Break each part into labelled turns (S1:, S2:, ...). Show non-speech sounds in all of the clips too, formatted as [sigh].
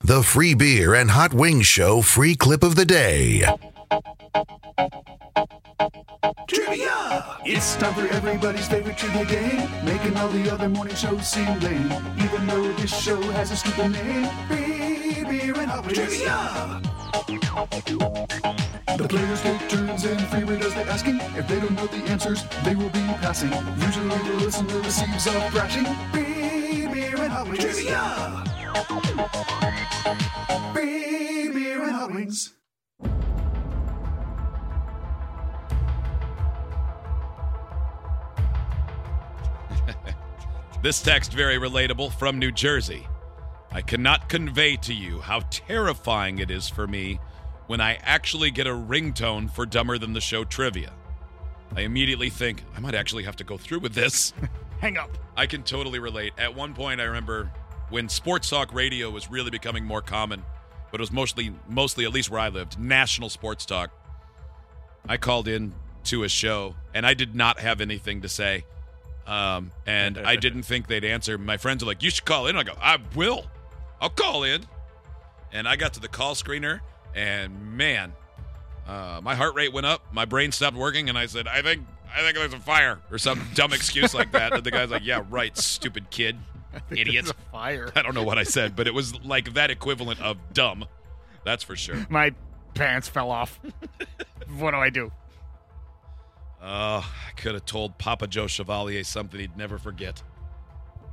S1: The free beer and hot wings show free clip of the day.
S2: Trivia! It's time for everybody's favorite trivia game, making all the other morning shows seem lame. Even though this show has a stupid name, free beer and hot wings. Trivia! The players take turns and free read as they asking. If they don't know the answers, they will be passing. Usually the listener receives a thrashing. Free beer and hot wings. Trivia! Free beer and hot wings.
S3: This text very relatable from New Jersey. I cannot convey to you how terrifying it is for me when I actually get a ringtone for dumber than the show trivia. I immediately think I might actually have to go through with this.
S4: [laughs] Hang up.
S3: I can totally relate. At one point I remember when sports talk radio was really becoming more common, but it was mostly mostly at least where I lived, national sports talk. I called in to a show and I did not have anything to say. Um, and
S4: [laughs]
S3: I didn't think they'd answer. My friends are like, "You should call in." I go, "I will. I'll call in." And I got to the call screener, and man, uh, my heart rate went up. My brain stopped working, and I said, "I think, I think there's a fire," or
S4: [laughs]
S3: some dumb excuse like that. And the guy's like, "Yeah, right, stupid kid, idiot."
S4: [laughs] It's a fire.
S3: I don't know what I said, but it was like that equivalent of dumb. That's for sure.
S4: My pants fell off. what do I do?
S3: Oh, I could have told Papa Joe Chevalier something he'd never forget.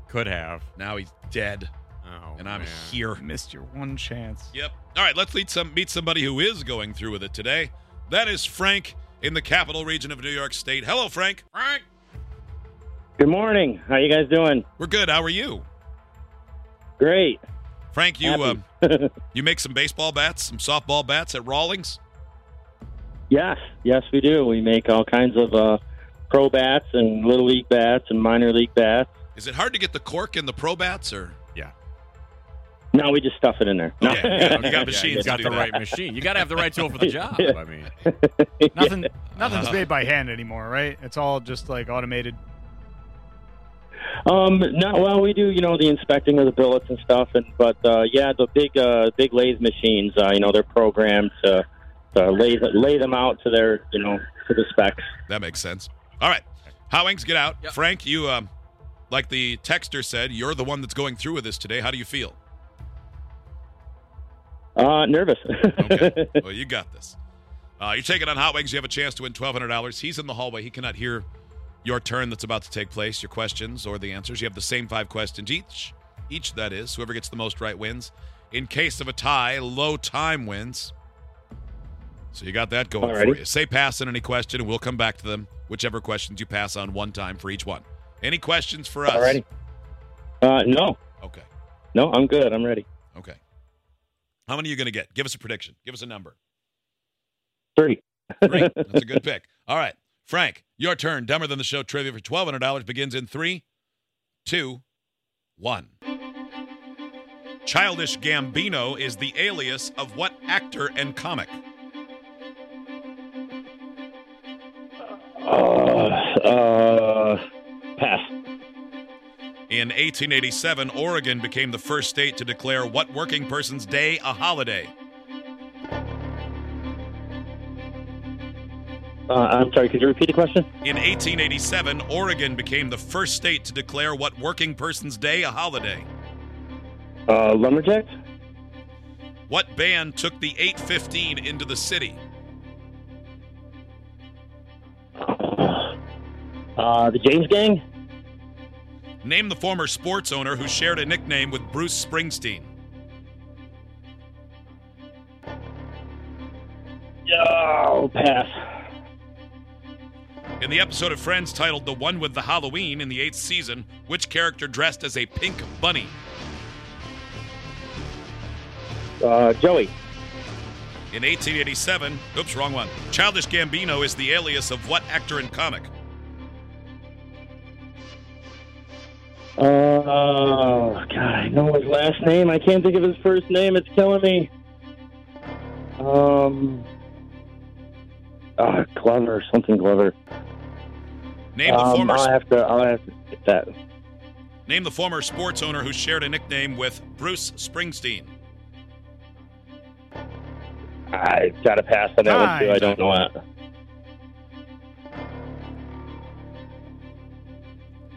S5: Could have.
S3: Now he's dead,
S5: Oh,
S3: and I'm
S5: man.
S3: here.
S4: Missed your one chance.
S3: Yep. All right, let's lead some, meet somebody who is going through with it today. That is Frank in the capital region of New York State. Hello, Frank. Frank.
S6: Good morning. How you guys doing?
S3: We're good. How are you?
S6: Great.
S3: Frank, you
S6: Happy.
S3: um, you make some baseball bats, some softball bats at Rawlings.
S6: yes, yes, we do. We make all kinds of uh, pro bats and little league bats and minor league bats.
S3: Is it hard to get the cork in the pro bats or?
S6: No, we just stuff it in there. No.
S3: Okay, yeah, you
S6: [laughs]
S5: Okay,
S3: got
S5: yeah,
S3: machines.
S5: you
S3: to
S5: got
S3: do
S5: the
S3: that.
S5: [laughs] right machine. You got to have the right tool for [laughs] the job. I mean,
S4: Nothing. Nothing's
S3: Uh-huh.
S4: made by hand anymore, right? It's all just like automated.
S6: um, no, well, we do. You know, the inspecting of the billets and stuff. And but uh, yeah, the big, uh, big lathe machines. Uh, you know, they're programmed to, to lay lay them out to their, you know, to the specs.
S3: That makes sense. All right, Howings, get out. Frank, you um, like the texter said, you're the one that's going through with this today. How do you feel?
S6: Uh, nervous.
S3: Okay. well, you got this. Uh, you're taking on Hot Wings. You have a chance to win $1,200. He's in the hallway. He cannot hear your turn that's about to take place, your questions or the answers. You have the same five questions each. Each, that is. Whoever gets the most right wins. In case of a tie, low time wins. So you got that going for
S6: Alrighty.
S3: you. Say pass on any question, and we'll come back to them. Whichever questions you pass on one time for each one. Any questions for us?
S6: [laughs] Alrighty. Uh, no,
S3: Okay.
S6: no, I'm good. I'm ready.
S3: Okay. How many are you going to get? Give us a prediction. Give us a number.
S6: Three.
S3: Three. That's a good pick. All right, Frank, your turn. Dumber than the show trivia for twelve hundred dollars begins in three, two, one. Childish Gambino is the alias of what actor and comic?
S6: Uh, uh, pass.
S3: In 1887, Oregon became the first state to declare what working person's day a holiday.
S6: Uh, I'm sorry. Could you repeat the question?
S3: In 1887, Oregon became the first state to declare what working person's day a holiday.
S6: Uh, lumberjacks.
S3: What band took the 815 into the city?
S6: Uh, the James Gang.
S3: Name the former sports owner who shared a nickname with Bruce Springsteen.
S6: Oh, pass.
S3: In the episode of Friends titled The One with the Halloween in the eighth season, which character dressed as a pink bunny?
S6: Uh, Joey.
S3: In 1887, oops, wrong one. Childish Gambino is the alias of what actor and comic?
S6: Uh, oh, God, I know his last name. I can't think of his first name. It's killing me. Um, uh, Glover, something Glover.
S3: Name the,
S6: um,
S3: former,
S6: I'll have to. I'll have to get that.
S3: name the former sports owner who shared a nickname with Bruce Springsteen.
S6: I got to pass on that one too. I don't know it.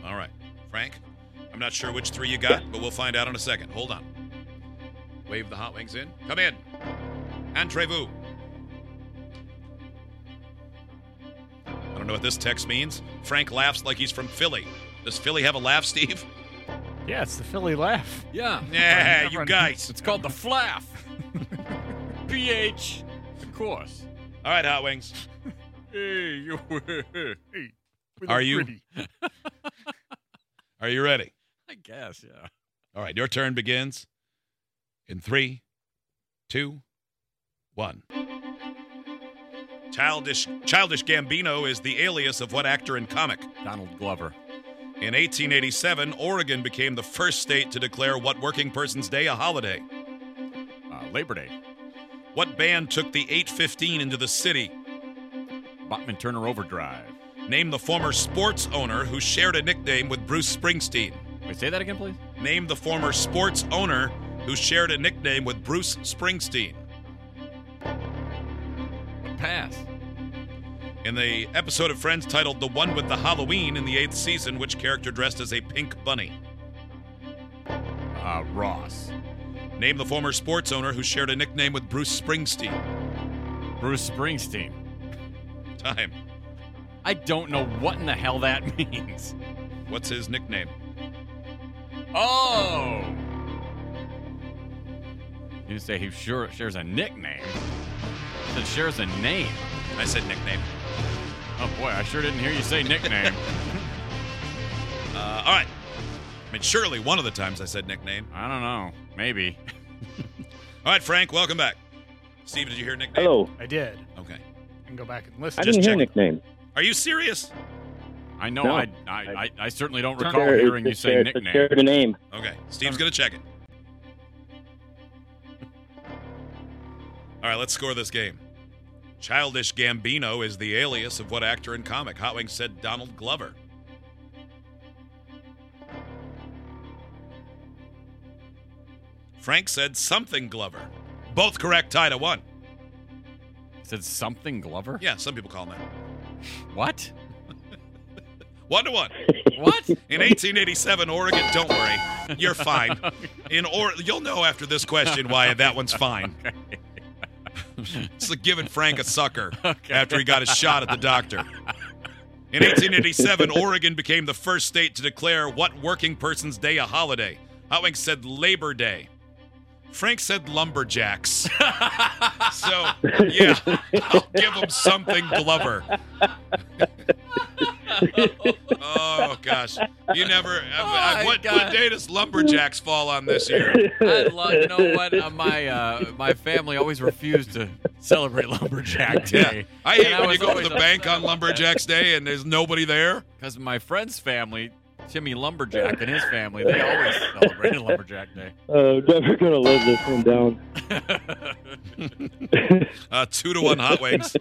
S3: All right, Frank. I'm not sure which three you got, but we'll find out in a second. Hold on. Wave the hot wings in. Come in. Entrez vous. I don't know what this text means. Frank laughs like he's from Philly. Does Philly have a laugh, Steve? [laughs]
S4: Yeah, it's the Philly laugh.
S5: Yeah.
S3: Yeah, you guys.
S5: It's called the flaff. [laughs] PH. Of course.
S3: All right, hot wings.
S5: Hey, you. [laughs]
S4: Hey, with
S3: Are
S4: a
S3: you-
S4: gritty.
S3: Are you ready?
S5: I guess, yeah.
S3: All right, your turn begins in three, two, one. Childish Childish Gambino is the alias of what actor and comic?
S5: Donald Glover.
S3: In 1887, Oregon became the first state to declare what working person's day a holiday.
S5: Uh, Labor Day.
S3: What band took the 815 into the city?
S5: Botman Turner Overdrive.
S3: Name the former sports owner who shared a nickname with Bruce Springsteen.
S5: Wait, say that again, please.
S3: Name the former sports owner who shared a nickname with Bruce Springsteen.
S5: Pass.
S3: In the episode of Friends titled The One with the Halloween in the eighth season, which character dressed as a pink bunny?
S5: Uh, Ross.
S3: Name the former sports owner who shared a nickname with Bruce Springsteen.
S5: Bruce Springsteen.
S3: Time.
S5: I don't know what in the hell that [laughs] means.
S3: What's his nickname?
S5: Oh! You didn't say he sure shares a nickname. You said shares a name.
S3: I said nickname.
S5: Oh boy, I sure didn't hear you say nickname.
S3: Uh, all right. I mean, surely one of the times I said nickname.
S5: I don't know. Maybe.
S3: All right, Frank, welcome back. Steve, did you hear nickname?
S6: Hello.
S4: I did.
S3: Okay.
S4: I can go back and listen.
S6: I
S3: Just
S6: didn't hear
S3: check.
S6: nickname.
S3: Are you serious?
S5: I know
S6: No,
S5: I, I, I, I certainly don't recall
S6: Share-
S5: hearing you
S6: it's
S5: say
S6: share- it's
S5: nickname.
S6: Share the name.
S3: Okay. Steve's going to check it. All right, let's score this game. Childish Gambino is the alias of what actor and comic? Hot Wings said Donald Glover. Frank said something Glover. Both correct, tie to one.
S5: said something Glover?
S3: Yeah, some people call him that.
S5: What?
S3: One to one.
S5: What?
S3: In 1887, Oregon. Don't worry, you're fine. In or you'll know after this question why that one's fine. it's like giving Frank a sucker after he got his shot at the doctor. In 1887, Oregon became the first state to declare what working person's day a holiday. Howing said Labor Day. Frank said lumberjacks. so yeah, I'll give him something, Glover. Oh gosh, you never. I- I-
S5: my
S3: what, what
S5: God.
S3: day does lumberjacks fall on this year?
S5: I
S6: [laughs]
S5: love, you know what? Uh, my uh, my family always refused to celebrate Lumberjack
S3: Yeah,
S5: Day.
S3: I hate when you go to the bank on lumberjacks day and there's nobody there.
S5: Because my friend's family, Timmy Lumberjack and his family, they always celebrated Lumberjack Day.
S6: Uh, never gonna live this one down.
S5: [laughs]
S3: Uh, two to one Hot Wings.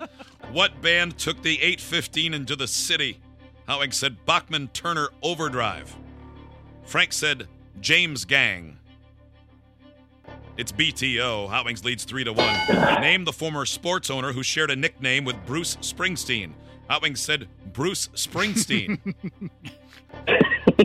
S3: what band took the 815 into the city? Hot Wings said Bachman Turner Overdrive. Frank said James Gang. It's BTO. Hot Wings leads three to one. Name the former sports owner who shared a nickname with Bruce Springsteen. Hot Wings said Bruce Springsteen.
S5: [laughs]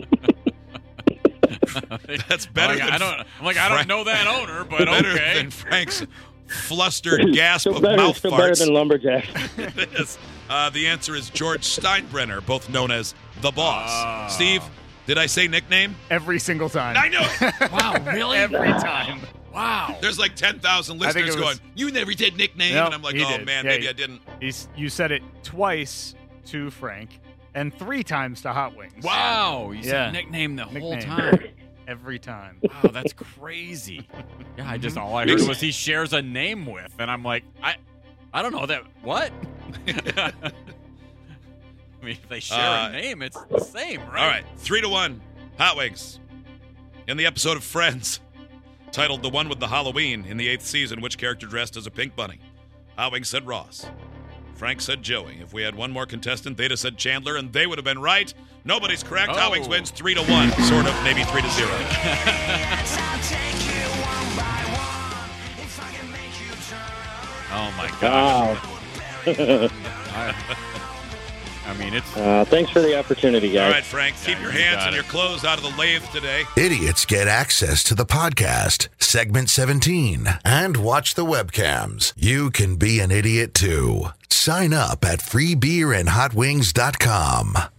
S3: That's better
S5: I'm
S3: than
S5: like, Oh, I don't. I'm like I
S3: Frank-
S5: don't know that owner, but
S3: [laughs] better
S5: okay.
S3: than Frank's
S6: [laughs]
S3: flustered gasp
S6: Still
S3: of
S6: better,
S3: mouth
S6: still better
S3: farts. [laughs]
S6: than lumberjack. [laughs]
S3: It is. Uh, the answer is George Steinbrenner, both known as the Boss.
S5: Ah.
S3: Steve, did I say nickname?
S4: Every single time.
S3: I know. it.
S5: [laughs] wow, really?
S4: Every time.
S5: Wow.
S3: [laughs] There's like ten thousand
S4: I think
S3: listeners
S4: it was-
S3: going, "You never did nickname,"
S4: No,
S3: and I'm like,
S4: he
S3: "Oh
S4: did.
S3: man,
S4: Yeah,
S3: maybe
S4: he-
S3: I didn't."
S4: He's, you said it twice to Frank and three times to Hot Wings.
S5: Wow. You
S4: Yeah.
S5: said nickname the whole
S4: Nickname.
S5: time.
S4: Every time.
S5: Wow, that's crazy. Yeah, I just all I heard was he shares a name with, and I'm like, I, I don't know that what. [laughs] I mean, if they share
S3: Uh,
S5: a name, it's the same, right?
S3: All right, three to one, Hot Wings. In the episode of Friends, titled "The One with the Halloween" in the eighth season, which character dressed as a pink bunny? Hot Wings said Ross. Frank said Joey. If we had one more contestant, they'd have said Chandler, and they would have been right. Nobody's correct. Hot Wings
S5: Oh.
S3: wins three to one, sort of, maybe three to zero.
S5: Oh my gosh.
S6: Wow.
S5: I, I mean, it's
S6: Uh, thanks for the opportunity, guys.
S3: All right, Frank, keep
S5: Yeah,
S3: your
S5: you
S3: hands
S5: got
S3: and
S5: it.
S3: your clothes out of the lathe today.
S1: Idiots get access to the podcast, segment 17, and watch the webcams. You can be an idiot too. Sign up at freebeerandhotwings.com.